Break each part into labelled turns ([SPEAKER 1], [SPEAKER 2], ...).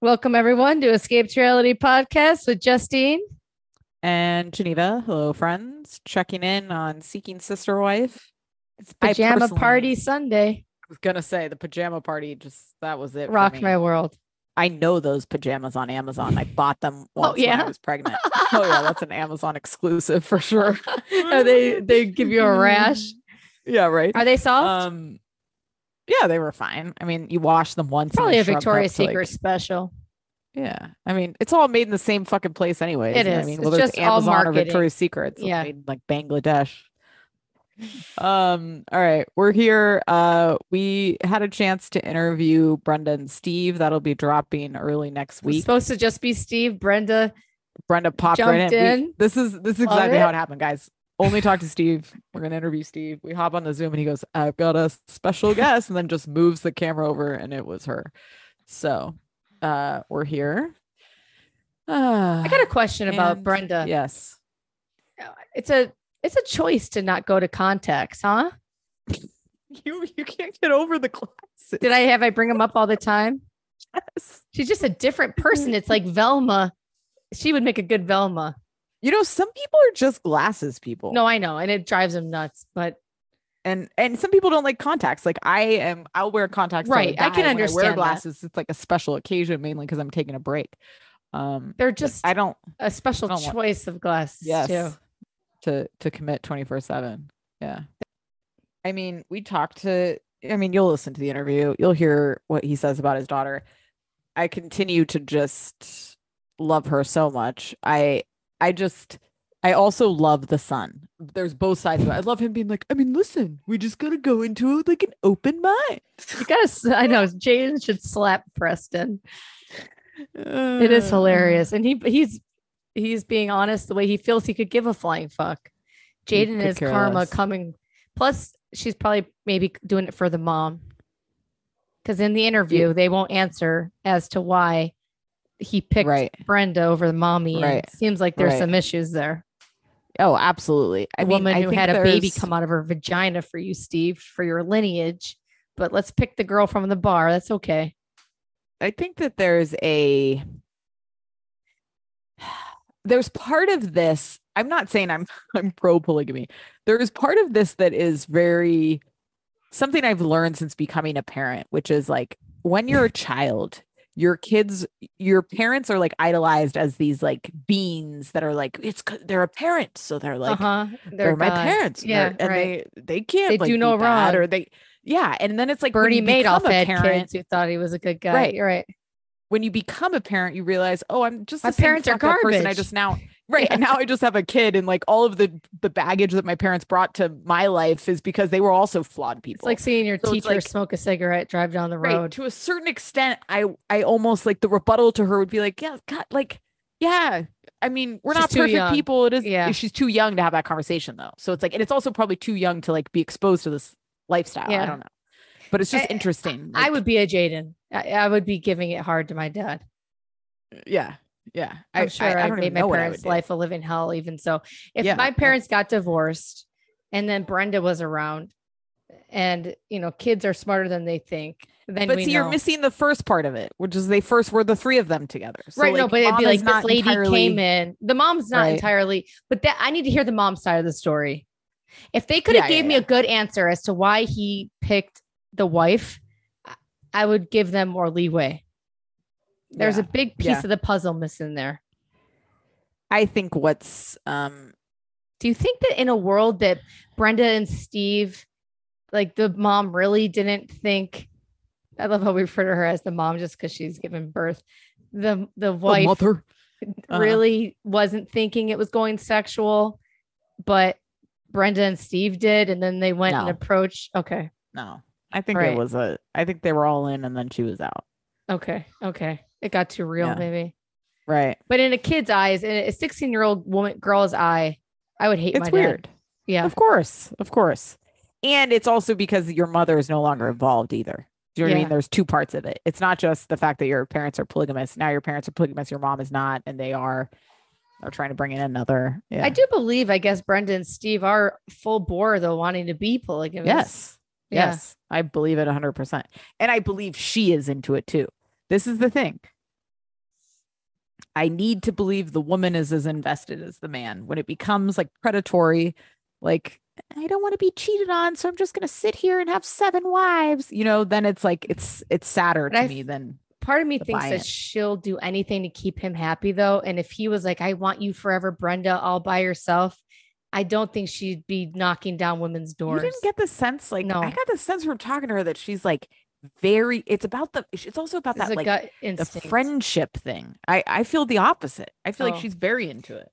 [SPEAKER 1] Welcome, everyone, to Escape to Reality Podcast with Justine.
[SPEAKER 2] and Geneva. Hello, friends. Checking in on Seeking Sister Wife.
[SPEAKER 1] It's
[SPEAKER 2] I
[SPEAKER 1] Pajama
[SPEAKER 2] personally-
[SPEAKER 1] Party Sunday.
[SPEAKER 2] I was gonna say the pajama party. Just that was it. for
[SPEAKER 1] Rocked
[SPEAKER 2] me.
[SPEAKER 1] my world.
[SPEAKER 2] I know those pajamas on Amazon. I bought them once when
[SPEAKER 1] Oh, yeah?
[SPEAKER 2] I was pregnant. oh yeah, that's an Amazon exclusive for sure.
[SPEAKER 1] Are Oh, they they give you a rash?
[SPEAKER 2] yeah, right.
[SPEAKER 1] Are they soft?
[SPEAKER 2] Mm. Um, yeah, they were fine. I mean, you wash them once. and
[SPEAKER 1] Probably
[SPEAKER 2] they
[SPEAKER 1] a
[SPEAKER 2] shrub up
[SPEAKER 1] Victoria's
[SPEAKER 2] to, like-
[SPEAKER 1] Secret special.
[SPEAKER 2] yeah, I mean, it's all made in the same fucking place anyway.
[SPEAKER 1] It
[SPEAKER 2] I
[SPEAKER 1] is.
[SPEAKER 2] mean,
[SPEAKER 1] It's
[SPEAKER 2] whether
[SPEAKER 1] just
[SPEAKER 2] it's
[SPEAKER 1] all
[SPEAKER 2] Amazon or
[SPEAKER 1] marketing.
[SPEAKER 2] Victoria's Secret, it's
[SPEAKER 1] Yeah.
[SPEAKER 2] yeah. made in, like Bangladesh. Um. All right, we're here. Uh, we had a chance to interview Brenda and Steve. That'll be dropping early next
[SPEAKER 1] It's
[SPEAKER 2] week.
[SPEAKER 1] supposed to just be Steve, Brenda.
[SPEAKER 2] Brenda popped right
[SPEAKER 1] jumped
[SPEAKER 2] in. We-
[SPEAKER 1] in.
[SPEAKER 2] this is this is
[SPEAKER 1] Love
[SPEAKER 2] exactly
[SPEAKER 1] it.
[SPEAKER 2] how it happened, guys. Only talk to Steve. We're gonna interview Steve. We hop on the Zoom and he goes, "I've got a special guest," and then just moves the camera over, and it was her. So, uh, we're here. Uh,
[SPEAKER 1] I got a question about
[SPEAKER 2] and-
[SPEAKER 1] Brenda.
[SPEAKER 2] Yes.
[SPEAKER 1] It's a it's a choice to not go to contacts, huh?
[SPEAKER 2] You you can't get over the glasses.
[SPEAKER 1] Did I have I bring them up all the time?
[SPEAKER 2] Yes.
[SPEAKER 1] She's just a different person. It's like Velma. She would make a good Velma.
[SPEAKER 2] You know, some people are just glasses people.
[SPEAKER 1] No, I know, and it drives him nuts. But
[SPEAKER 2] and and some people don't like contacts. Like I am, I'll wear contacts. till
[SPEAKER 1] Right, I
[SPEAKER 2] die.
[SPEAKER 1] can
[SPEAKER 2] When
[SPEAKER 1] understand
[SPEAKER 2] wear
[SPEAKER 1] that.
[SPEAKER 2] glasses. It's like a special occasion, mainly because I'm taking a break. Um,
[SPEAKER 1] they're
[SPEAKER 2] just
[SPEAKER 1] just
[SPEAKER 2] I don't.
[SPEAKER 1] a special
[SPEAKER 2] don't want-
[SPEAKER 1] choice of glasses
[SPEAKER 2] Oh, Yes.
[SPEAKER 1] too.
[SPEAKER 2] To to commit twenty four seven. Yeah. I mean, we talked to. I mean, you'll listen to the interview. You'll hear what he says about his daughter. I continue to just love her so much. I I just I also love the son. There's both sides of it. I love him being like, I mean, listen, we just gotta go into it like an open mind.
[SPEAKER 1] You gotta. s- I know. Jaden should slap Preston. It
[SPEAKER 2] Mm.
[SPEAKER 1] is hilarious, and he he's he's being honest the way he feels. He could give a flying fuck.
[SPEAKER 2] He
[SPEAKER 1] Jaden
[SPEAKER 2] could
[SPEAKER 1] is
[SPEAKER 2] care
[SPEAKER 1] karma
[SPEAKER 2] less.
[SPEAKER 1] coming. Plus, she's probably maybe doing it for the mom. Because in the interview, they won't answer as to why he picked
[SPEAKER 2] Right.
[SPEAKER 1] Brenda over the mommy. and
[SPEAKER 2] Right.
[SPEAKER 1] It seems like there's
[SPEAKER 2] Right.
[SPEAKER 1] some issues there.
[SPEAKER 2] Oh, absolutely. I
[SPEAKER 1] a
[SPEAKER 2] mean,
[SPEAKER 1] woman
[SPEAKER 2] I
[SPEAKER 1] who
[SPEAKER 2] think
[SPEAKER 1] had a baby
[SPEAKER 2] there's-
[SPEAKER 1] come out of her vagina for you, Steve, for your lineage. But let's pick the girl from the bar. That's okay.
[SPEAKER 2] I think that there's a there's part of this. I'm not saying I'm I'm pro polygamy. There is part of this that is very something I've learned since becoming a parent, which is like when you're a child, your kids, your parents are like idolized as these like beings that are like it's 'cause they're a parent, so they're like
[SPEAKER 1] uh-huh.
[SPEAKER 2] they're, my
[SPEAKER 1] God.
[SPEAKER 2] parents. and they're-
[SPEAKER 1] Yeah,
[SPEAKER 2] and
[SPEAKER 1] right.
[SPEAKER 2] they they can't
[SPEAKER 1] They
[SPEAKER 2] like,
[SPEAKER 1] do
[SPEAKER 2] be
[SPEAKER 1] no
[SPEAKER 2] bad,
[SPEAKER 1] wrong.
[SPEAKER 2] or they yeah. And then it's like when
[SPEAKER 1] Bernie
[SPEAKER 2] you
[SPEAKER 1] Madoff
[SPEAKER 2] become a
[SPEAKER 1] had
[SPEAKER 2] parent
[SPEAKER 1] kids who thought he was a good guy.
[SPEAKER 2] Right.
[SPEAKER 1] You're right.
[SPEAKER 2] when you become a parent, you realize, oh, I'm just
[SPEAKER 1] My
[SPEAKER 2] the same
[SPEAKER 1] parents are
[SPEAKER 2] fucked up Person I
[SPEAKER 1] garbage.
[SPEAKER 2] just now right,
[SPEAKER 1] Yeah.
[SPEAKER 2] and now I just have a kid, and like all of the the baggage that my parents brought to my life is because they were also flawed people.
[SPEAKER 1] It's like seeing your
[SPEAKER 2] So it's
[SPEAKER 1] teacher
[SPEAKER 2] like-
[SPEAKER 1] smoke a cigarette, drive down the
[SPEAKER 2] right
[SPEAKER 1] road.
[SPEAKER 2] to a certain extent, I I almost like the rebuttal to her would be like, yeah, God, like yeah. I mean, we're
[SPEAKER 1] She's
[SPEAKER 2] not
[SPEAKER 1] too
[SPEAKER 2] perfect
[SPEAKER 1] young.
[SPEAKER 2] people. It is
[SPEAKER 1] Yeah.
[SPEAKER 2] she's too young to have that conversation though. So it's like, and it's also probably too young to like be exposed to this lifestyle.
[SPEAKER 1] Yeah.
[SPEAKER 2] I don't know, but it's just
[SPEAKER 1] I-
[SPEAKER 2] interesting.
[SPEAKER 1] I
[SPEAKER 2] like-
[SPEAKER 1] would be a Jaden. I, I would be giving it hard to my dad.
[SPEAKER 2] yeah, yeah. I-
[SPEAKER 1] I'm sure
[SPEAKER 2] I, I
[SPEAKER 1] I,
[SPEAKER 2] don't
[SPEAKER 1] made
[SPEAKER 2] even
[SPEAKER 1] my
[SPEAKER 2] know what I
[SPEAKER 1] parents'
[SPEAKER 2] would do.
[SPEAKER 1] life a living hell. Even so, if
[SPEAKER 2] Yeah.
[SPEAKER 1] my parents got divorced and then Brenda was around, and you know, kids are smarter than they think. Then
[SPEAKER 2] but
[SPEAKER 1] we
[SPEAKER 2] see, you're
[SPEAKER 1] know.
[SPEAKER 2] missing the first part of it, which is they first were the three of them together. So,
[SPEAKER 1] right, no,
[SPEAKER 2] like,
[SPEAKER 1] but it'd
[SPEAKER 2] mom
[SPEAKER 1] be
[SPEAKER 2] is
[SPEAKER 1] like this
[SPEAKER 2] not
[SPEAKER 1] lady came
[SPEAKER 2] entirely-
[SPEAKER 1] in. The mom's not
[SPEAKER 2] Right.
[SPEAKER 1] entirely, but that I need to hear the mom's side of the story. If they could have
[SPEAKER 2] Yeah, yeah,
[SPEAKER 1] gave me a good answer as to why he picked the wife, I- I would give them more leeway. There's
[SPEAKER 2] Yeah.
[SPEAKER 1] a big piece
[SPEAKER 2] yeah.
[SPEAKER 1] of the puzzle missing there.
[SPEAKER 2] I think what's um
[SPEAKER 1] Do you think that in a world that Brenda and Steve, like the mom really didn't think, I love how we refer to her as the mom just because she's given birth. The the
[SPEAKER 2] the
[SPEAKER 1] wife
[SPEAKER 2] mother. uh-huh.
[SPEAKER 1] really wasn't thinking it was going sexual, but Brenda and Steve did, and then they went and
[SPEAKER 2] No.
[SPEAKER 1] approached. Okay,
[SPEAKER 2] No, I think
[SPEAKER 1] Right.
[SPEAKER 2] it was a. I think they were all in, and then she was out.
[SPEAKER 1] okay, okay. It got too real,
[SPEAKER 2] Yeah.
[SPEAKER 1] maybe.
[SPEAKER 2] Right.
[SPEAKER 1] But in a kid's eyes, in a 16 year old woman girl's eye, I would hate my
[SPEAKER 2] It's
[SPEAKER 1] dad.
[SPEAKER 2] weird. Oh,
[SPEAKER 1] Yeah.
[SPEAKER 2] Of course, of course, and it's also because your mother is no longer involved either. Do you know what I
[SPEAKER 1] Yeah.
[SPEAKER 2] mean? There's two parts of it. It's not just the fact that your parents are polygamous. Now your parents are polygamous. Your mom is not, and they are. They're trying to bring in another. Yeah.
[SPEAKER 1] I do believe, I guess, Brenda and Steve are full bore though, wanting to be polygamous.
[SPEAKER 2] Yes.
[SPEAKER 1] Yeah.
[SPEAKER 2] Yes. I believe it 100%. And I believe she is into it too. This is the thing. I need to believe the woman is as invested as the man. When it becomes like predatory, like I don't want to be cheated on, so I'm just going to sit here and have seven wives. You know, then it's like it's it's sadder
[SPEAKER 1] But
[SPEAKER 2] to
[SPEAKER 1] I
[SPEAKER 2] me than
[SPEAKER 1] Part of me
[SPEAKER 2] The
[SPEAKER 1] thinks
[SPEAKER 2] buy-in.
[SPEAKER 1] that she'll do anything to keep him happy, though. And if he was like, I want you forever, Brenda, all by yourself, I don't think she'd be knocking down women's
[SPEAKER 2] you
[SPEAKER 1] doors.
[SPEAKER 2] didn't get the sense like
[SPEAKER 1] No.
[SPEAKER 2] I got the sense from talking to her that she's like very it's about the it's also about
[SPEAKER 1] It's
[SPEAKER 2] that
[SPEAKER 1] a
[SPEAKER 2] like
[SPEAKER 1] gut
[SPEAKER 2] the
[SPEAKER 1] instinct.
[SPEAKER 2] friendship thing. I I feel the opposite. I feel
[SPEAKER 1] Oh.
[SPEAKER 2] like she's very into it.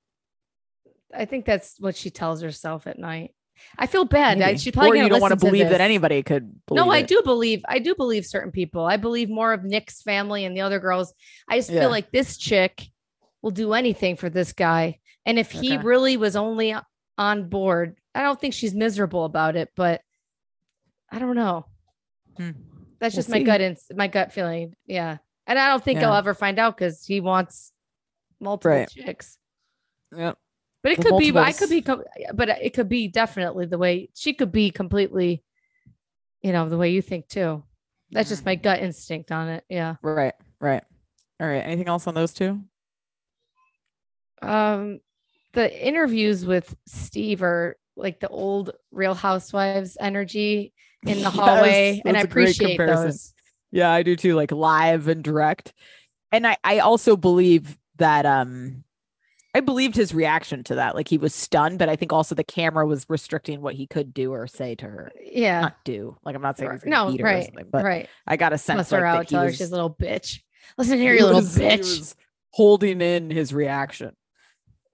[SPEAKER 1] I think that's what she tells herself at night. I feel bad. I,
[SPEAKER 2] Maybe.
[SPEAKER 1] she probably
[SPEAKER 2] or you don't want to believe that
[SPEAKER 1] anybody.
[SPEAKER 2] anybody could. Believe
[SPEAKER 1] No, I
[SPEAKER 2] it.
[SPEAKER 1] do believe. I do believe certain people. I believe more of Nick's family and the other girls. I just
[SPEAKER 2] Yeah.
[SPEAKER 1] feel like this chick will do anything for this guy. And if he
[SPEAKER 2] Okay.
[SPEAKER 1] really was only on board, I don't think she's miserable about it, but I don't know.
[SPEAKER 2] Hmm.
[SPEAKER 1] That's
[SPEAKER 2] We'll
[SPEAKER 1] just my
[SPEAKER 2] see.
[SPEAKER 1] gut ins- my gut feeling. Yeah. And I don't think I'll
[SPEAKER 2] Yeah.
[SPEAKER 1] ever find out because he wants multiple
[SPEAKER 2] Right.
[SPEAKER 1] chicks.
[SPEAKER 2] Yep.
[SPEAKER 1] But it
[SPEAKER 2] The
[SPEAKER 1] could be, I
[SPEAKER 2] multiples.
[SPEAKER 1] could be, com- but it could be definitely the way she could be completely, you know, the way you think too. That's just
[SPEAKER 2] Mm.
[SPEAKER 1] my gut instinct on it. Yeah.
[SPEAKER 2] Right. Right. All right. Anything else on those two?
[SPEAKER 1] Um, the interviews with Steve are like the old Real Housewives energy in the
[SPEAKER 2] Yes,
[SPEAKER 1] hallway, and I
[SPEAKER 2] that's a great
[SPEAKER 1] appreciate
[SPEAKER 2] comparison.
[SPEAKER 1] those.
[SPEAKER 2] Yeah, I do too, like live and direct. And I, I also believe that um I believed his reaction to that. Like he was stunned, but I think also the camera was restricting what he could do or say to her.
[SPEAKER 1] Yeah.
[SPEAKER 2] Not do. Like I'm not saying he's
[SPEAKER 1] Right.
[SPEAKER 2] gonna
[SPEAKER 1] No,
[SPEAKER 2] beat her or
[SPEAKER 1] right,
[SPEAKER 2] something, but
[SPEAKER 1] right.
[SPEAKER 2] I got a sense
[SPEAKER 1] Cuss
[SPEAKER 2] like
[SPEAKER 1] her
[SPEAKER 2] that
[SPEAKER 1] out.
[SPEAKER 2] he
[SPEAKER 1] Tell her
[SPEAKER 2] was-
[SPEAKER 1] she's a little bitch. Listen here,
[SPEAKER 2] he
[SPEAKER 1] you little
[SPEAKER 2] was- he
[SPEAKER 1] bitch.
[SPEAKER 2] was holding in his reaction.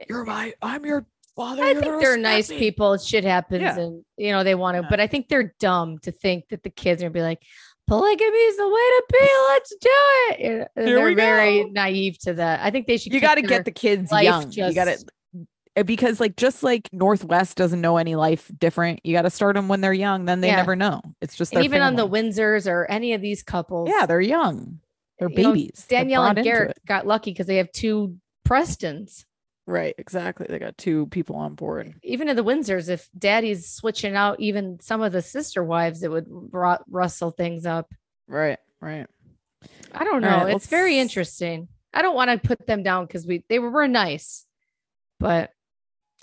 [SPEAKER 2] You're my I'm your father.
[SPEAKER 1] I
[SPEAKER 2] you're
[SPEAKER 1] think
[SPEAKER 2] gonna
[SPEAKER 1] they're
[SPEAKER 2] respect
[SPEAKER 1] nice
[SPEAKER 2] me.
[SPEAKER 1] people. Shit happens,
[SPEAKER 2] Yeah.
[SPEAKER 1] and you know they want to.
[SPEAKER 2] Yeah.
[SPEAKER 1] But I think they're dumb to think that the kids are gonna be like, "Polygamy is the way to be. Let's do it." You know,
[SPEAKER 2] Here
[SPEAKER 1] they're
[SPEAKER 2] we
[SPEAKER 1] very
[SPEAKER 2] go.
[SPEAKER 1] naive to that. I think they should.
[SPEAKER 2] you
[SPEAKER 1] keep
[SPEAKER 2] got to
[SPEAKER 1] their-
[SPEAKER 2] get the kids
[SPEAKER 1] life
[SPEAKER 2] young. you got
[SPEAKER 1] just-
[SPEAKER 2] to because like just like Northwest doesn't know any life different. You got to start them when they're young. Then they
[SPEAKER 1] Yeah.
[SPEAKER 2] never know. It's just
[SPEAKER 1] and
[SPEAKER 2] their
[SPEAKER 1] even on the
[SPEAKER 2] family.
[SPEAKER 1] Windsors or any of these couples.
[SPEAKER 2] yeah, they're young. They're
[SPEAKER 1] you know,
[SPEAKER 2] babies. They're
[SPEAKER 1] Danielle and
[SPEAKER 2] brought into
[SPEAKER 1] Garrett
[SPEAKER 2] it.
[SPEAKER 1] got lucky because they have two Prestons.
[SPEAKER 2] Right, exactly. They got two people on board.
[SPEAKER 1] Even in the Windsors, if Daddy's switching out even some of the sister wives, it would ru- rustle things up.
[SPEAKER 2] Right, right.
[SPEAKER 1] I don't
[SPEAKER 2] All
[SPEAKER 1] know.
[SPEAKER 2] right,
[SPEAKER 1] it's very
[SPEAKER 2] let's-
[SPEAKER 1] interesting. I don't want to put them down because we they were, were nice, but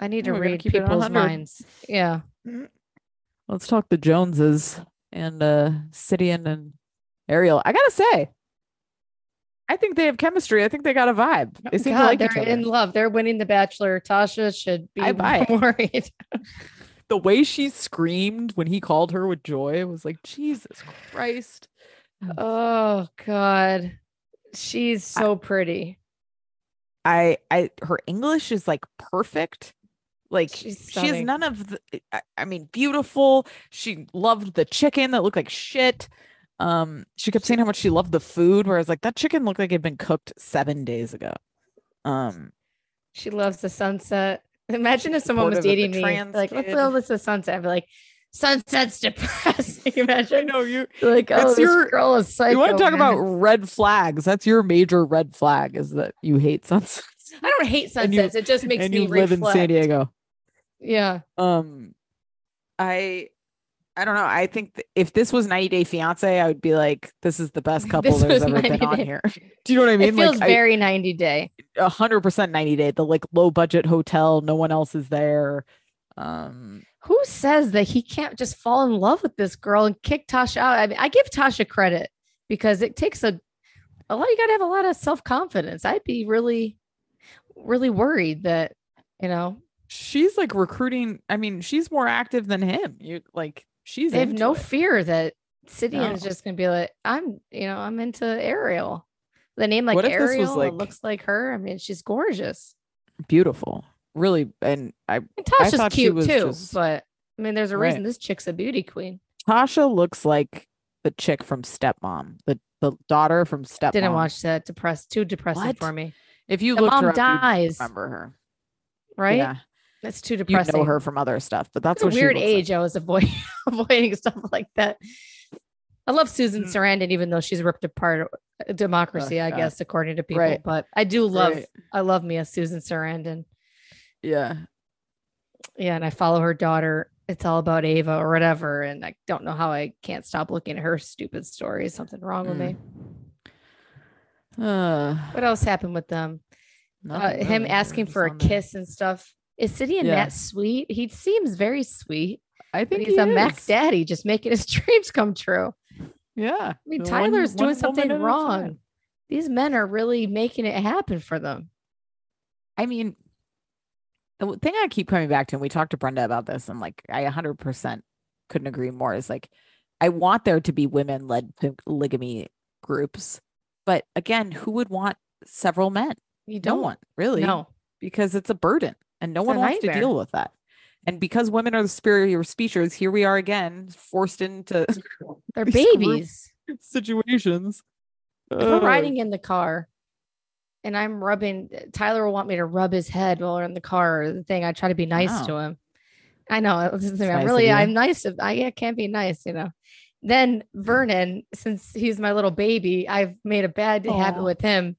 [SPEAKER 1] I need to
[SPEAKER 2] Yeah, we gotta
[SPEAKER 1] read
[SPEAKER 2] keep it
[SPEAKER 1] people's
[SPEAKER 2] 100.
[SPEAKER 1] minds. Yeah,
[SPEAKER 2] Let's talk the Joneses and uh Sidian and Ariel. I gotta say, I think they have chemistry. I think they got a vibe. They seem to
[SPEAKER 1] Oh God,
[SPEAKER 2] like each
[SPEAKER 1] they're
[SPEAKER 2] other.
[SPEAKER 1] in love. They're winning the Bachelor. Tasha should be
[SPEAKER 2] I buy it.
[SPEAKER 1] worried.
[SPEAKER 2] the way she screamed when he called her with joy was like Jesus Christ.
[SPEAKER 1] Oh God, she's so pretty.
[SPEAKER 2] I I her English is like perfect. Like
[SPEAKER 1] She's
[SPEAKER 2] she has
[SPEAKER 1] stunning.
[SPEAKER 2] none of the I, I mean beautiful. She loved the chicken that looked like shit. Um she kept saying how much she loved the food whereas like that chicken looked like it had been cooked 7 days ago. Um
[SPEAKER 1] She loves the sunset. Imagine if someone was
[SPEAKER 2] supportive of the
[SPEAKER 1] dating me,
[SPEAKER 2] trans
[SPEAKER 1] like let's
[SPEAKER 2] kid.
[SPEAKER 1] go with the sunset. I'd be like, sunset's depressing. Imagine
[SPEAKER 2] you
[SPEAKER 1] like, oh,
[SPEAKER 2] It's
[SPEAKER 1] this
[SPEAKER 2] your-
[SPEAKER 1] girl is psycho.
[SPEAKER 2] you want to talk
[SPEAKER 1] man.
[SPEAKER 2] about red flags. That's your major red flag is that you hate sunsets
[SPEAKER 1] I don't hate
[SPEAKER 2] And you-
[SPEAKER 1] sunsets. it just makes
[SPEAKER 2] and
[SPEAKER 1] me
[SPEAKER 2] you live in San
[SPEAKER 1] reflect.
[SPEAKER 2] Diego.
[SPEAKER 1] Yeah.
[SPEAKER 2] um i i don't know i think th- if this was 90 day fiance i would be like this is the best couple
[SPEAKER 1] This was
[SPEAKER 2] there's ever
[SPEAKER 1] 90
[SPEAKER 2] been on
[SPEAKER 1] Day.
[SPEAKER 2] here do you know what i mean
[SPEAKER 1] it feels
[SPEAKER 2] like I-
[SPEAKER 1] very 90 day.
[SPEAKER 2] 100% 90 day the like low budget hotel no one else is there um
[SPEAKER 1] Who says that he can't just fall in love with this girl and kick Tasha out? I mean, I give Tasha credit because it takes a a lot. You got to have a lot of self confidence. I'd be really, really worried that you know
[SPEAKER 2] she's like recruiting i mean she's more active than him you like she's
[SPEAKER 1] they have
[SPEAKER 2] into
[SPEAKER 1] no
[SPEAKER 2] it.
[SPEAKER 1] fear that Sidian's
[SPEAKER 2] No.
[SPEAKER 1] just gonna be like, I'm, you know, I'm into Ariel. The name like
[SPEAKER 2] What if this was
[SPEAKER 1] Ariel it
[SPEAKER 2] like-
[SPEAKER 1] looks like her. I mean, she's gorgeous.
[SPEAKER 2] beautiful really and i
[SPEAKER 1] And
[SPEAKER 2] I
[SPEAKER 1] Tasha's
[SPEAKER 2] thought she
[SPEAKER 1] cute
[SPEAKER 2] was
[SPEAKER 1] too,
[SPEAKER 2] just-
[SPEAKER 1] but I mean, there's a reason
[SPEAKER 2] Right.
[SPEAKER 1] this chick's a beauty queen.
[SPEAKER 2] tasha looks like the chick from stepmom the the daughter from stepmom
[SPEAKER 1] Didn't watch that. Depressed, too depressing
[SPEAKER 2] What?
[SPEAKER 1] for me.
[SPEAKER 2] if you
[SPEAKER 1] The
[SPEAKER 2] looked
[SPEAKER 1] mom
[SPEAKER 2] her up, you'd
[SPEAKER 1] dies,
[SPEAKER 2] remember her
[SPEAKER 1] right?
[SPEAKER 2] Yeah.
[SPEAKER 1] That's too
[SPEAKER 2] you
[SPEAKER 1] depressing.
[SPEAKER 2] know her from other stuff, but that's
[SPEAKER 1] It's a
[SPEAKER 2] what she
[SPEAKER 1] weird
[SPEAKER 2] looks like.
[SPEAKER 1] age. I was avoiding avoiding stuff like that. I love Susan
[SPEAKER 2] Mm.
[SPEAKER 1] Sarandon, even though she's ripped apart uh, democracy, I
[SPEAKER 2] God.
[SPEAKER 1] guess, according to people.
[SPEAKER 2] Right.
[SPEAKER 1] But I do love,
[SPEAKER 2] Right.
[SPEAKER 1] I love me a Susan Sarandon.
[SPEAKER 2] Yeah.
[SPEAKER 1] Yeah, and I follow her daughter. It's all about Ava or whatever. And I
[SPEAKER 2] Mm.
[SPEAKER 1] don't know how I can't stop looking at her stupid story. Something wrong with me.
[SPEAKER 2] Uh,
[SPEAKER 1] What else happened with them? Uh,
[SPEAKER 2] nothing
[SPEAKER 1] him
[SPEAKER 2] really.
[SPEAKER 1] asking
[SPEAKER 2] We're
[SPEAKER 1] for a
[SPEAKER 2] just on the-
[SPEAKER 1] kiss and stuff. Is Sidian
[SPEAKER 2] Yeah.
[SPEAKER 1] that sweet? He seems very sweet.
[SPEAKER 2] I
[SPEAKER 1] But
[SPEAKER 2] think
[SPEAKER 1] he's
[SPEAKER 2] he
[SPEAKER 1] a Mac
[SPEAKER 2] is.
[SPEAKER 1] Daddy, just making his dreams come true.
[SPEAKER 2] Yeah. I
[SPEAKER 1] mean, Tyler's doing something wrong. These men are really making it happen for them.
[SPEAKER 2] I mean, the w- thing I keep coming back to, and we talked to Brenda about this, and like I 100% couldn't agree more, is like I want there to be women led polygamy groups. But again, who would want several men?
[SPEAKER 1] You
[SPEAKER 2] No
[SPEAKER 1] don't
[SPEAKER 2] one, really.
[SPEAKER 1] No,
[SPEAKER 2] Because it's a burden and no
[SPEAKER 1] It's a
[SPEAKER 2] one wants to
[SPEAKER 1] nightmare.
[SPEAKER 2] deal with that. And because women are the superior species, here we are again, forced into
[SPEAKER 1] they're
[SPEAKER 2] These group-
[SPEAKER 1] babies.
[SPEAKER 2] situations.
[SPEAKER 1] If we're
[SPEAKER 2] Ugh.
[SPEAKER 1] riding in the car and I'm rubbing, Tyler will want me to rub his head while we're in the car or the thing. I try to be nice to him. I know. it- this is- I'm
[SPEAKER 2] That's Oh. nice of
[SPEAKER 1] really,
[SPEAKER 2] you.
[SPEAKER 1] I'm nice. If, I yeah, can't be nice, you know. Then Vernon, since he's my little baby, I've made a bad habit
[SPEAKER 2] Aw.
[SPEAKER 1] with him.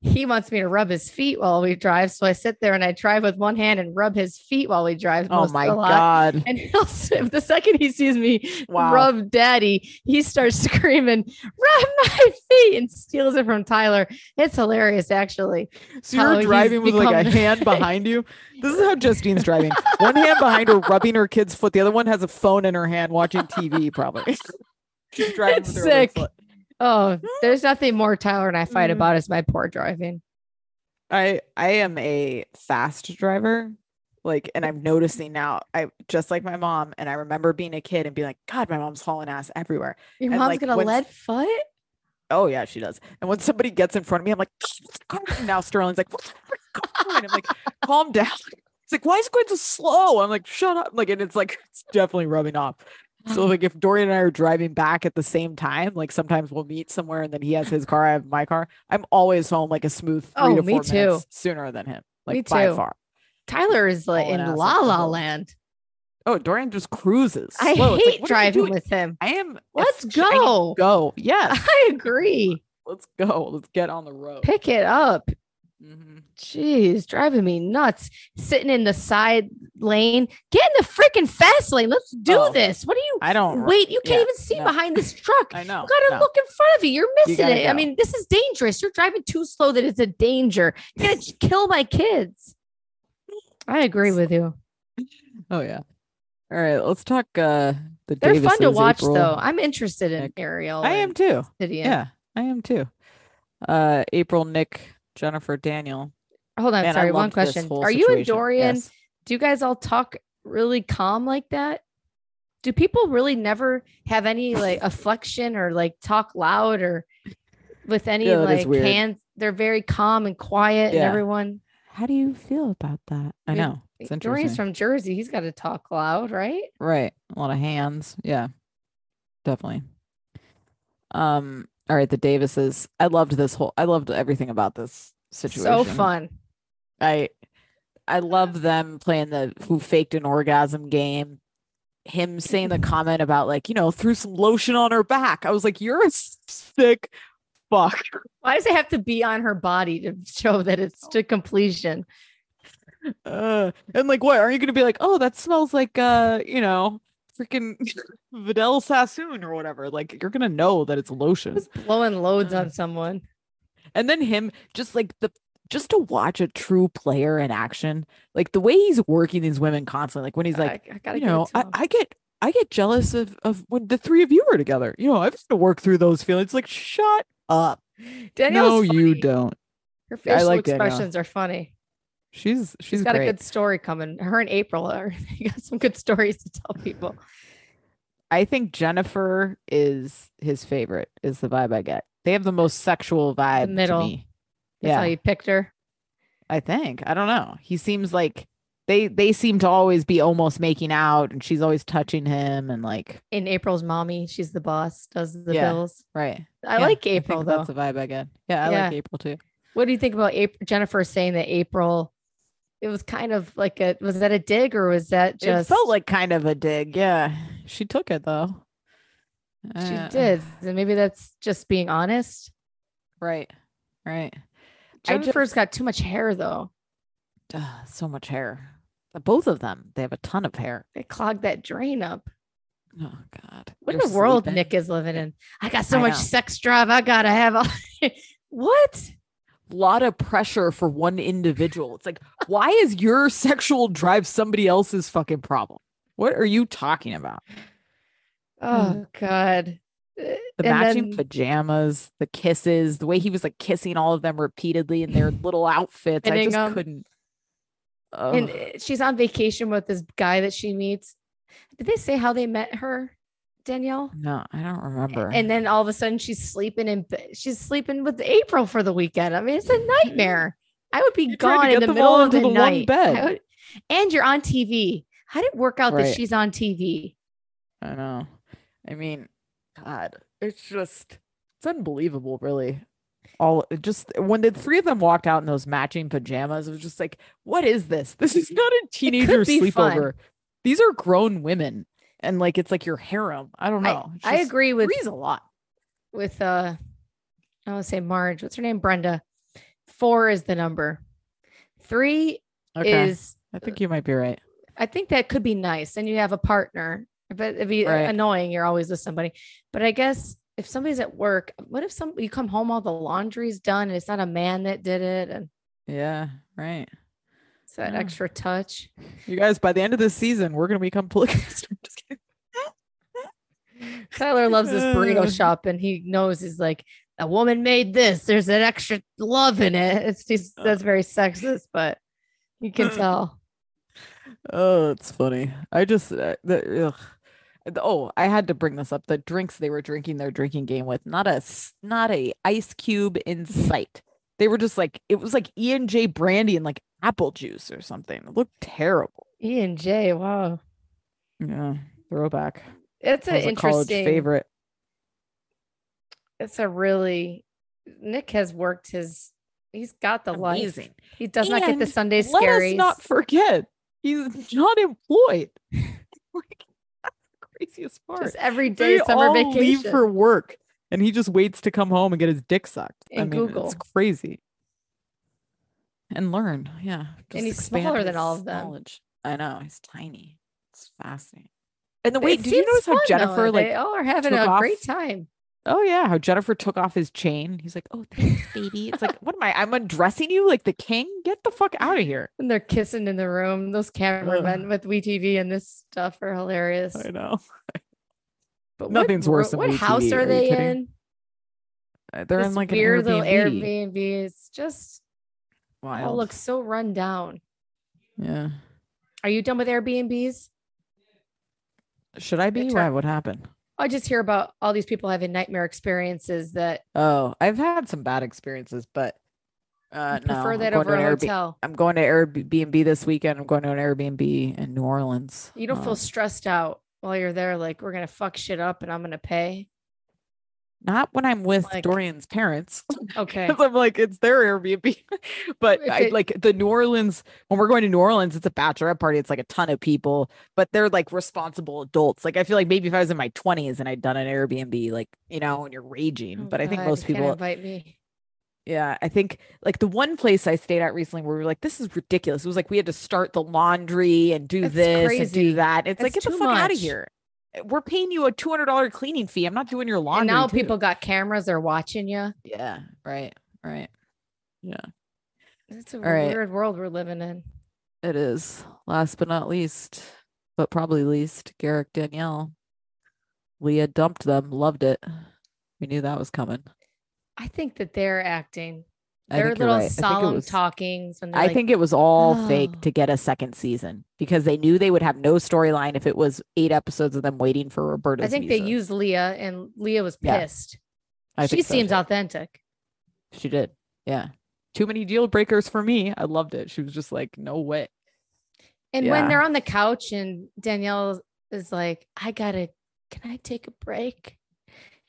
[SPEAKER 1] He wants me to rub his feet while we drive. So I sit there and I drive with one hand and rub his feet while we drive.
[SPEAKER 2] Oh
[SPEAKER 1] most of
[SPEAKER 2] my
[SPEAKER 1] the lot.
[SPEAKER 2] God.
[SPEAKER 1] And he'll, s- the second he sees me
[SPEAKER 2] Wow.
[SPEAKER 1] rub daddy, he starts screaming, rub my feet, and steals it from Tyler. It's hilarious, actually.
[SPEAKER 2] So
[SPEAKER 1] how
[SPEAKER 2] you're
[SPEAKER 1] he's
[SPEAKER 2] driving with like a
[SPEAKER 1] become-
[SPEAKER 2] hand behind you. This is how Justine's driving. One hand behind her, rubbing her kid's foot. The other one has a phone in her hand, watching TV. Probably. She's driving
[SPEAKER 1] It's
[SPEAKER 2] with her other
[SPEAKER 1] sick.
[SPEAKER 2] foot.
[SPEAKER 1] Oh,
[SPEAKER 2] Hmm.
[SPEAKER 1] there's nothing more Tyler and I fight
[SPEAKER 2] Mm.
[SPEAKER 1] about is my poor driving.
[SPEAKER 2] I I am a fast driver, like, and I'm noticing now. I just like my mom, and I remember being a kid and being like, God, my mom's hauling ass everywhere.
[SPEAKER 1] Your
[SPEAKER 2] And,
[SPEAKER 1] mom's
[SPEAKER 2] like,
[SPEAKER 1] gonna
[SPEAKER 2] when-
[SPEAKER 1] lead foot?
[SPEAKER 2] Oh yeah, she does. And when somebody gets in front of me, I'm like, "What's the car doing now Sterling's like, what's the freaking car doing? I'm like, calm down. It's like, why is it going so slow? I'm like, shut up. Like, and it's like, it's definitely rubbing off. So like, if Dorian and I are driving back at the same time, like sometimes we'll meet somewhere, and then he has his car, I have my car. I'm always home like a smooth three
[SPEAKER 1] Oh,
[SPEAKER 2] to
[SPEAKER 1] me
[SPEAKER 2] four minutes
[SPEAKER 1] too.
[SPEAKER 2] sooner than him, like
[SPEAKER 1] Me
[SPEAKER 2] by
[SPEAKER 1] too.
[SPEAKER 2] far.
[SPEAKER 1] Tyler is like
[SPEAKER 2] Hauling
[SPEAKER 1] in
[SPEAKER 2] ass
[SPEAKER 1] la
[SPEAKER 2] off the
[SPEAKER 1] la
[SPEAKER 2] road.
[SPEAKER 1] land.
[SPEAKER 2] Oh, Dorian just cruises.
[SPEAKER 1] I
[SPEAKER 2] slow. It's like,
[SPEAKER 1] hate
[SPEAKER 2] "What are you
[SPEAKER 1] driving
[SPEAKER 2] doing?"
[SPEAKER 1] with him.
[SPEAKER 2] I am.
[SPEAKER 1] Let's
[SPEAKER 2] yes, I need to
[SPEAKER 1] go.
[SPEAKER 2] Go. Yes.
[SPEAKER 1] I agree.
[SPEAKER 2] Let's go. Let's get on the road.
[SPEAKER 1] Pick it up.
[SPEAKER 2] Mhm.
[SPEAKER 1] Jeez, driving me nuts. Sitting in the side lane. Get in the freaking fast lane. Let's do
[SPEAKER 2] Oh.
[SPEAKER 1] this. What are you?
[SPEAKER 2] I don't. re-
[SPEAKER 1] Wait, you can't
[SPEAKER 2] yeah,
[SPEAKER 1] even see
[SPEAKER 2] no.
[SPEAKER 1] behind this truck.
[SPEAKER 2] I know.
[SPEAKER 1] You gotta
[SPEAKER 2] no.
[SPEAKER 1] look in front of you. You're missing
[SPEAKER 2] gotta
[SPEAKER 1] it. I
[SPEAKER 2] go.
[SPEAKER 1] mean, this is dangerous. You're driving too slow. That it's a danger. You're gonna kill my kids. I agree with you.
[SPEAKER 2] Oh yeah. All right, let's talk. uh The
[SPEAKER 1] They're fun to
[SPEAKER 2] Davises,
[SPEAKER 1] watch,
[SPEAKER 2] April.
[SPEAKER 1] though. I'm interested in
[SPEAKER 2] Nick.
[SPEAKER 1] Ariel.
[SPEAKER 2] I am too.
[SPEAKER 1] Too.
[SPEAKER 2] Yeah. I am too. Uh April, Nick, Jennifer, Daniel.
[SPEAKER 1] Hold on.
[SPEAKER 2] Man, I
[SPEAKER 1] Oh, sorry. One
[SPEAKER 2] loved this
[SPEAKER 1] question.
[SPEAKER 2] whole
[SPEAKER 1] Are you and
[SPEAKER 2] situation.
[SPEAKER 1] Dorian?
[SPEAKER 2] Yes.
[SPEAKER 1] Do you guys all talk really calm like that? Do people really never have any like afflection or like talk loud or with any
[SPEAKER 2] Yeah, that is
[SPEAKER 1] like
[SPEAKER 2] weird.
[SPEAKER 1] hands? They're very calm and quiet, and
[SPEAKER 2] Yeah.
[SPEAKER 1] everyone.
[SPEAKER 2] How do you feel about that? I
[SPEAKER 1] mean,
[SPEAKER 2] know it's interesting.
[SPEAKER 1] Dorian's from Jersey. He's got to talk loud, right?
[SPEAKER 2] right, a lot of hands. Yeah, definitely. Um. All right, the Davises. I loved this whole. I loved everything about this situation.
[SPEAKER 1] So fun.
[SPEAKER 2] I I love them playing the who faked an orgasm game. Him saying the comment about like, you know, threw some lotion on her back. I was like, you're a sick fuck.
[SPEAKER 1] Why does it have to be on her body to show that it's to completion?
[SPEAKER 2] Uh, and like, what? Are you gonna be like, oh, that smells like uh, you know, freaking Vidal Sassoon or whatever? Like, you're gonna know that it's lotion.
[SPEAKER 1] Just blowing loads
[SPEAKER 2] Uh.
[SPEAKER 1] on someone.
[SPEAKER 2] And then him just like the just to watch a true player in action, like the way he's working these women constantly, like when he's like,
[SPEAKER 1] I, I gotta
[SPEAKER 2] you
[SPEAKER 1] get
[SPEAKER 2] know, I, I get I get jealous of of when the three of you were together. You know, I've had to work through those feelings. Like, shut up. no, you don't.
[SPEAKER 1] Her
[SPEAKER 2] Yeah, I
[SPEAKER 1] facial
[SPEAKER 2] like Danielle.
[SPEAKER 1] expressions are funny.
[SPEAKER 2] She's she's
[SPEAKER 1] She's got
[SPEAKER 2] great.
[SPEAKER 1] a good story coming. Her and April are they got some good stories to tell people.
[SPEAKER 2] I think Jennifer is his favorite. Is the vibe I get. They have the most sexual vibe. to
[SPEAKER 1] middle.
[SPEAKER 2] me.
[SPEAKER 1] That's how
[SPEAKER 2] Yeah,
[SPEAKER 1] you picked her.
[SPEAKER 2] I think. I don't know. He seems like they they seem to always be almost making out, and she's always touching him, and like
[SPEAKER 1] In April's mommy, she's the boss, does the
[SPEAKER 2] Yeah.
[SPEAKER 1] bills.
[SPEAKER 2] right.
[SPEAKER 1] I
[SPEAKER 2] Yeah,
[SPEAKER 1] like
[SPEAKER 2] think
[SPEAKER 1] April though.
[SPEAKER 2] That's the vibe I get. Yeah, I like April too.
[SPEAKER 1] What do you think about April, Jennifer saying that April? It was kind of like a was that a dig or was that just
[SPEAKER 2] it felt like kind of a dig. Yeah, she took it though.
[SPEAKER 1] she
[SPEAKER 2] Uh,
[SPEAKER 1] did? And maybe that's just being honest.
[SPEAKER 2] Right, right. I just-
[SPEAKER 1] Jennifer's got too much hair though.
[SPEAKER 2] Ugh, so much hair. Uh, Both of them. They have a ton of hair.
[SPEAKER 1] They clogged that drain up.
[SPEAKER 2] Oh God.
[SPEAKER 1] What
[SPEAKER 2] They're
[SPEAKER 1] a world
[SPEAKER 2] sleeping.
[SPEAKER 1] Nick is living in. I got so
[SPEAKER 2] I
[SPEAKER 1] much
[SPEAKER 2] know.
[SPEAKER 1] sex drive. I gotta have all What?
[SPEAKER 2] lot of pressure for one individual. It's like, why is your sexual drive somebody else's fucking problem? What are you talking about?
[SPEAKER 1] Oh
[SPEAKER 2] Mm.
[SPEAKER 1] God. Uh, The
[SPEAKER 2] The matching pajamas, the kisses, the way he was like kissing all of them repeatedly in their little outfits. I
[SPEAKER 1] Hitting
[SPEAKER 2] just
[SPEAKER 1] them.
[SPEAKER 2] couldn't.
[SPEAKER 1] and
[SPEAKER 2] Ugh.
[SPEAKER 1] uh, she's on vacation with this guy that she meets. Did they say how they met her, Danielle?
[SPEAKER 2] no, I don't remember.
[SPEAKER 1] And then all of a sudden she's sleeping in be- she's sleeping with April for the weekend. I mean, it's a nightmare. I would be
[SPEAKER 2] You tried to
[SPEAKER 1] gone
[SPEAKER 2] get
[SPEAKER 1] in the
[SPEAKER 2] them
[SPEAKER 1] middle
[SPEAKER 2] all
[SPEAKER 1] of the,
[SPEAKER 2] into the one
[SPEAKER 1] night.
[SPEAKER 2] bed.
[SPEAKER 1] I would- and you're on TV. How did it work out that
[SPEAKER 2] Right.
[SPEAKER 1] she's on TV?
[SPEAKER 2] I know. I mean, God, it's just it's unbelievable, really. All it just when the three of them walked out in those matching pajamas, it was just like, what is this? This is not a teenager
[SPEAKER 1] be fun.
[SPEAKER 2] sleepover. These are grown women, and like it's like your harem. I don't know. It's
[SPEAKER 1] I
[SPEAKER 2] just-
[SPEAKER 1] agree with
[SPEAKER 2] agrees a lot.
[SPEAKER 1] with uh I want to say Marge. What's her name? Brenda. Four is the number. Three
[SPEAKER 2] Okay,
[SPEAKER 1] is
[SPEAKER 2] I think you might be right.
[SPEAKER 1] I think that could be nice. And you have a partner, but it'd be
[SPEAKER 2] Right.
[SPEAKER 1] uh, annoying. You're always with somebody. But I guess if somebody's at work, what if some you come home, all the laundry's done, and it's not a man that did it, and
[SPEAKER 2] Yeah, right.
[SPEAKER 1] it's that
[SPEAKER 2] Yeah.
[SPEAKER 1] extra touch.
[SPEAKER 2] You guys, by the end of this season, we're gonna become polygamous. I'm just kidding.
[SPEAKER 1] Tyler loves this burrito
[SPEAKER 2] Uh.
[SPEAKER 1] shop, and he knows he's like a woman made this. There's an extra love in it. It's just that's very sexist, but you can
[SPEAKER 2] Uh.
[SPEAKER 1] tell.
[SPEAKER 2] Oh, it's funny. I just uh, the, ugh. The- oh, I had to bring this up. The drinks they were drinking their drinking game with, not a s- not a ice cube in sight. They were just like it was like E and J brandy and like apple juice or something. It looked terrible.
[SPEAKER 1] E and J. Wow,
[SPEAKER 2] Yeah, throwback.
[SPEAKER 1] it's
[SPEAKER 2] That
[SPEAKER 1] an
[SPEAKER 2] was a college
[SPEAKER 1] interesting.
[SPEAKER 2] favorite.
[SPEAKER 1] It's a really Nick has worked his. He's got the life.
[SPEAKER 2] Amazing.
[SPEAKER 1] He does not get the
[SPEAKER 2] And
[SPEAKER 1] Sunday
[SPEAKER 2] Let
[SPEAKER 1] scaries.
[SPEAKER 2] us not forget, he's not employed. like that's the craziest part.
[SPEAKER 1] Just every
[SPEAKER 2] They
[SPEAKER 1] day summer
[SPEAKER 2] all
[SPEAKER 1] vacation.
[SPEAKER 2] leave for work, and he just waits to come home and get his dick sucked. I
[SPEAKER 1] And
[SPEAKER 2] mean,
[SPEAKER 1] Google.
[SPEAKER 2] it's crazy. And learn, yeah. just
[SPEAKER 1] he's
[SPEAKER 2] expand
[SPEAKER 1] smaller than
[SPEAKER 2] his
[SPEAKER 1] all of them.
[SPEAKER 2] knowledge. I know he's tiny. It's fascinating. And the
[SPEAKER 1] But
[SPEAKER 2] way
[SPEAKER 1] it
[SPEAKER 2] did you
[SPEAKER 1] seems
[SPEAKER 2] notice how
[SPEAKER 1] fun, though.
[SPEAKER 2] Jennifer like?
[SPEAKER 1] they all are having
[SPEAKER 2] took
[SPEAKER 1] a
[SPEAKER 2] off-
[SPEAKER 1] great time.
[SPEAKER 2] Oh yeah, how Jennifer took off his chain. He's like, "Oh, thanks, baby." It's like, "What am I? I'm undressing you like the king? Get the fuck out of here!"
[SPEAKER 1] And they're kissing in the room. Those cameramen with WeTV and this stuff are hilarious.
[SPEAKER 2] I know.
[SPEAKER 1] But
[SPEAKER 2] nothing's
[SPEAKER 1] what, ro-
[SPEAKER 2] worse than
[SPEAKER 1] What
[SPEAKER 2] WeTV,
[SPEAKER 1] house
[SPEAKER 2] are
[SPEAKER 1] are
[SPEAKER 2] you
[SPEAKER 1] they
[SPEAKER 2] kidding?
[SPEAKER 1] in?
[SPEAKER 2] Uh, They're
[SPEAKER 1] this
[SPEAKER 2] in like an
[SPEAKER 1] weird
[SPEAKER 2] Airbnb.
[SPEAKER 1] little Airbnb. It's just all
[SPEAKER 2] Wild.
[SPEAKER 1] looks so run down.
[SPEAKER 2] yeah.
[SPEAKER 1] Are you done with Airbnbs?
[SPEAKER 2] Should I be?
[SPEAKER 1] turn-
[SPEAKER 2] Why? What happened?
[SPEAKER 1] I just hear about all these people having nightmare experiences that
[SPEAKER 2] Oh, I've had some bad experiences, but uh, no,
[SPEAKER 1] prefer
[SPEAKER 2] I'm
[SPEAKER 1] that
[SPEAKER 2] going
[SPEAKER 1] over a
[SPEAKER 2] to an Airb-
[SPEAKER 1] hotel.
[SPEAKER 2] I'm going to Airbnb this weekend. I'm going to an Airbnb in New Orleans.
[SPEAKER 1] You don't
[SPEAKER 2] Um,
[SPEAKER 1] feel stressed out while you're there, like we're gonna fuck shit up and I'm gonna pay.
[SPEAKER 2] not when I'm with
[SPEAKER 1] like-
[SPEAKER 2] Dorian's parents.
[SPEAKER 1] Okay.
[SPEAKER 2] 'cause I'm like, it's their Airbnb. but
[SPEAKER 1] If
[SPEAKER 2] I,
[SPEAKER 1] it-
[SPEAKER 2] like the New Orleans, when we're going to New Orleans, it's a bachelorette party. It's like a ton of people, but they're like responsible adults. Like I feel like maybe if I was in my 20s and I'd done an Airbnb, like you know, and you're raging.
[SPEAKER 1] Oh,
[SPEAKER 2] but I think
[SPEAKER 1] God,
[SPEAKER 2] most
[SPEAKER 1] you can't
[SPEAKER 2] people
[SPEAKER 1] invite me.
[SPEAKER 2] Yeah, I think like the one place I stayed at recently where we were like, this is ridiculous. It was like we had to start the laundry and do
[SPEAKER 1] That's
[SPEAKER 2] this and
[SPEAKER 1] crazy.
[SPEAKER 2] do that. It's like,
[SPEAKER 1] That's
[SPEAKER 2] get the
[SPEAKER 1] too
[SPEAKER 2] fuck out of
[SPEAKER 1] much.
[SPEAKER 2] here. Eh, We're paying you a two hundred dollar cleaning fee. I'm not doing your laundry.
[SPEAKER 1] And now
[SPEAKER 2] too."
[SPEAKER 1] people got cameras, they're watching you.
[SPEAKER 2] Yeah, right, right.
[SPEAKER 1] It's a
[SPEAKER 2] right.
[SPEAKER 1] weird world we're living in.
[SPEAKER 2] It is. Last but not least, but probably least, Garrick Danielle. Leah dumped them, loved it. We knew that was coming.
[SPEAKER 1] I think that they're acting.
[SPEAKER 2] I
[SPEAKER 1] Their
[SPEAKER 2] think you're
[SPEAKER 1] little
[SPEAKER 2] right. I think it
[SPEAKER 1] solemn
[SPEAKER 2] was-
[SPEAKER 1] talkings when they're
[SPEAKER 2] I
[SPEAKER 1] like,
[SPEAKER 2] think it was all fake
[SPEAKER 1] "Oh."
[SPEAKER 2] to get a second season because they knew they would have no storyline if it was eight episodes of them waiting for Roberta.
[SPEAKER 1] I think they used Leah and Leah was
[SPEAKER 2] Yeah.
[SPEAKER 1] pissed. she seems authentic.
[SPEAKER 2] She did. Yeah. Too many deal breakers for me. I loved it. She was just like, no way.
[SPEAKER 1] And when
[SPEAKER 2] Yeah.
[SPEAKER 1] they're on the couch and Danielle is like, I gotta, can I take a break?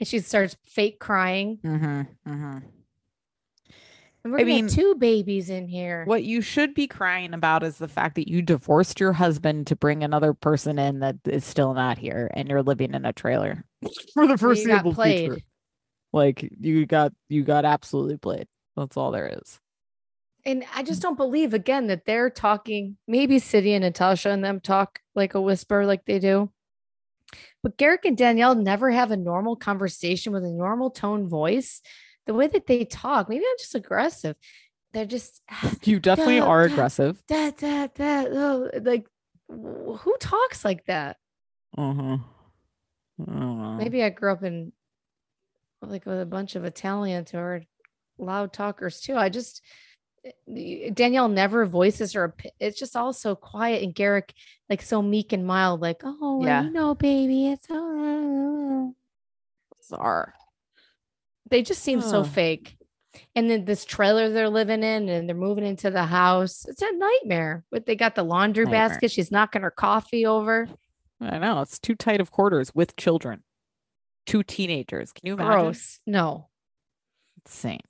[SPEAKER 1] And she starts fake crying.
[SPEAKER 2] Mm-hmm, mm-hmm.
[SPEAKER 1] And we're
[SPEAKER 2] I
[SPEAKER 1] gonna have
[SPEAKER 2] mean,
[SPEAKER 1] two babies in here.
[SPEAKER 2] What you should be crying about is the fact that you divorced your husband to bring another person in that is still not here, and you're living in a trailer for the
[SPEAKER 1] got
[SPEAKER 2] foreseeable
[SPEAKER 1] played.
[SPEAKER 2] future. Like you got you got absolutely played. That's all there is.
[SPEAKER 1] And I
[SPEAKER 2] Mm.
[SPEAKER 1] just don't believe again that they're talking. Maybe City and Natasha and them talk like a whisper, like they do. But Garrick and Danielle never have a normal conversation with a normal tone voice. the way that they talk, maybe I'm just aggressive. They're just
[SPEAKER 2] You definitely
[SPEAKER 1] Yeah,
[SPEAKER 2] are
[SPEAKER 1] yeah.
[SPEAKER 2] aggressive.
[SPEAKER 1] that, that, that. Oh, like, wh- who talks like that?
[SPEAKER 2] Uh-huh. I don't know.
[SPEAKER 1] Maybe I grew up in like with a bunch of Italians who are loud talkers too. I just eh, Danielle never voices her. opi- It's just all so quiet and Garrick like so meek and mild. Like, oh, well,
[SPEAKER 2] Yeah.
[SPEAKER 1] you know, baby, it's all.
[SPEAKER 2] bizarre.
[SPEAKER 1] They just seem
[SPEAKER 2] Huh.
[SPEAKER 1] so fake. And then this trailer they're living in, and they're moving into the house. It's a nightmare. But they got the laundry
[SPEAKER 2] Nightmare.
[SPEAKER 1] basket. She's knocking her coffee over.
[SPEAKER 2] I know it's too tight of quarters with children, two teenagers. Can you imagine?
[SPEAKER 1] Gross. No.
[SPEAKER 2] Insane.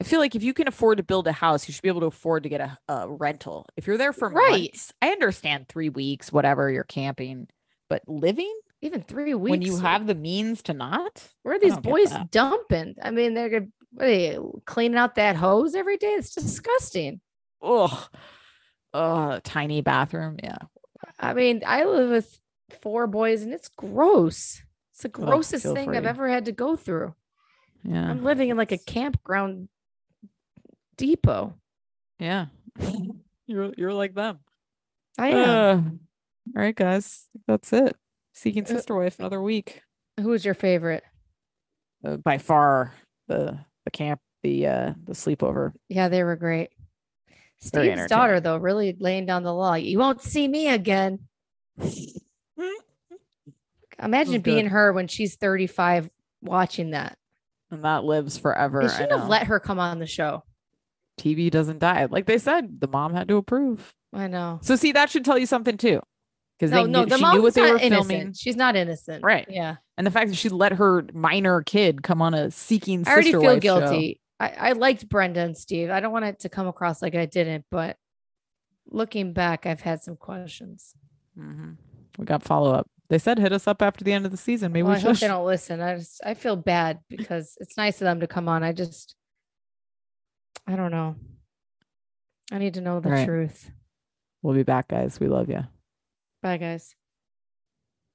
[SPEAKER 2] I feel like if you can afford to build a house, you should be able to afford to get a, a rental. If you're there for
[SPEAKER 1] Right.
[SPEAKER 2] months, I understand three weeks, whatever you're camping, but living
[SPEAKER 1] Even three weeks.
[SPEAKER 2] when you have the means to not,
[SPEAKER 1] Where are these
[SPEAKER 2] don't get
[SPEAKER 1] boys
[SPEAKER 2] that.
[SPEAKER 1] dumping? I mean, they're gonna what are they, cleaning out that hose every day. It's disgusting.
[SPEAKER 2] oh, oh, tiny bathroom, yeah,
[SPEAKER 1] I mean, I live with four boys, and it's gross. It's the grossest
[SPEAKER 2] Oh, feel
[SPEAKER 1] thing I've
[SPEAKER 2] free. Uh,
[SPEAKER 1] ever had to go through.
[SPEAKER 2] yeah,
[SPEAKER 1] I'm living in like a campground depot.
[SPEAKER 2] yeah. you're you're like them.
[SPEAKER 1] I am.
[SPEAKER 2] Uh, all right, guys, that's it. Seeking
[SPEAKER 1] Uh,
[SPEAKER 2] Sister Wife another week.
[SPEAKER 1] Who is your favorite?
[SPEAKER 2] uh, by far the the camp the uh the sleepover
[SPEAKER 1] Yeah, they were great.
[SPEAKER 2] Very
[SPEAKER 1] Steve's daughter, though, really laying down the law. You won't see me again. Imagine
[SPEAKER 2] good.
[SPEAKER 1] being her when she's 35 watching that.
[SPEAKER 2] and that lives forever
[SPEAKER 1] They
[SPEAKER 2] I
[SPEAKER 1] shouldn't have
[SPEAKER 2] know.
[SPEAKER 1] let her come on the show.
[SPEAKER 2] tv doesn't die like they said the mom had to approve
[SPEAKER 1] I know.
[SPEAKER 2] so see that should tell you something too because
[SPEAKER 1] No,
[SPEAKER 2] they
[SPEAKER 1] no,
[SPEAKER 2] knew,
[SPEAKER 1] the
[SPEAKER 2] she knew
[SPEAKER 1] mom's
[SPEAKER 2] what they were
[SPEAKER 1] not innocent.
[SPEAKER 2] filming
[SPEAKER 1] She's not innocent.
[SPEAKER 2] Right.
[SPEAKER 1] Yeah.
[SPEAKER 2] and the fact that she let her minor kid come on a seeking
[SPEAKER 1] I already
[SPEAKER 2] Sister
[SPEAKER 1] feel
[SPEAKER 2] Wife show.
[SPEAKER 1] guilty. I, I liked Brenda and Steve. I don't want it to come across like I didn't, but looking back, I've had some questions.
[SPEAKER 2] Mhm. we got follow-up they said hit us up after the end of the season maybe
[SPEAKER 1] Well, I
[SPEAKER 2] we
[SPEAKER 1] hope they
[SPEAKER 2] should
[SPEAKER 1] don't listen. I just I feel bad because it's nice of them to come on. I just I don't know. I need to know the
[SPEAKER 2] Right.
[SPEAKER 1] truth.
[SPEAKER 2] we'll be back guys we love you
[SPEAKER 1] Bye guys.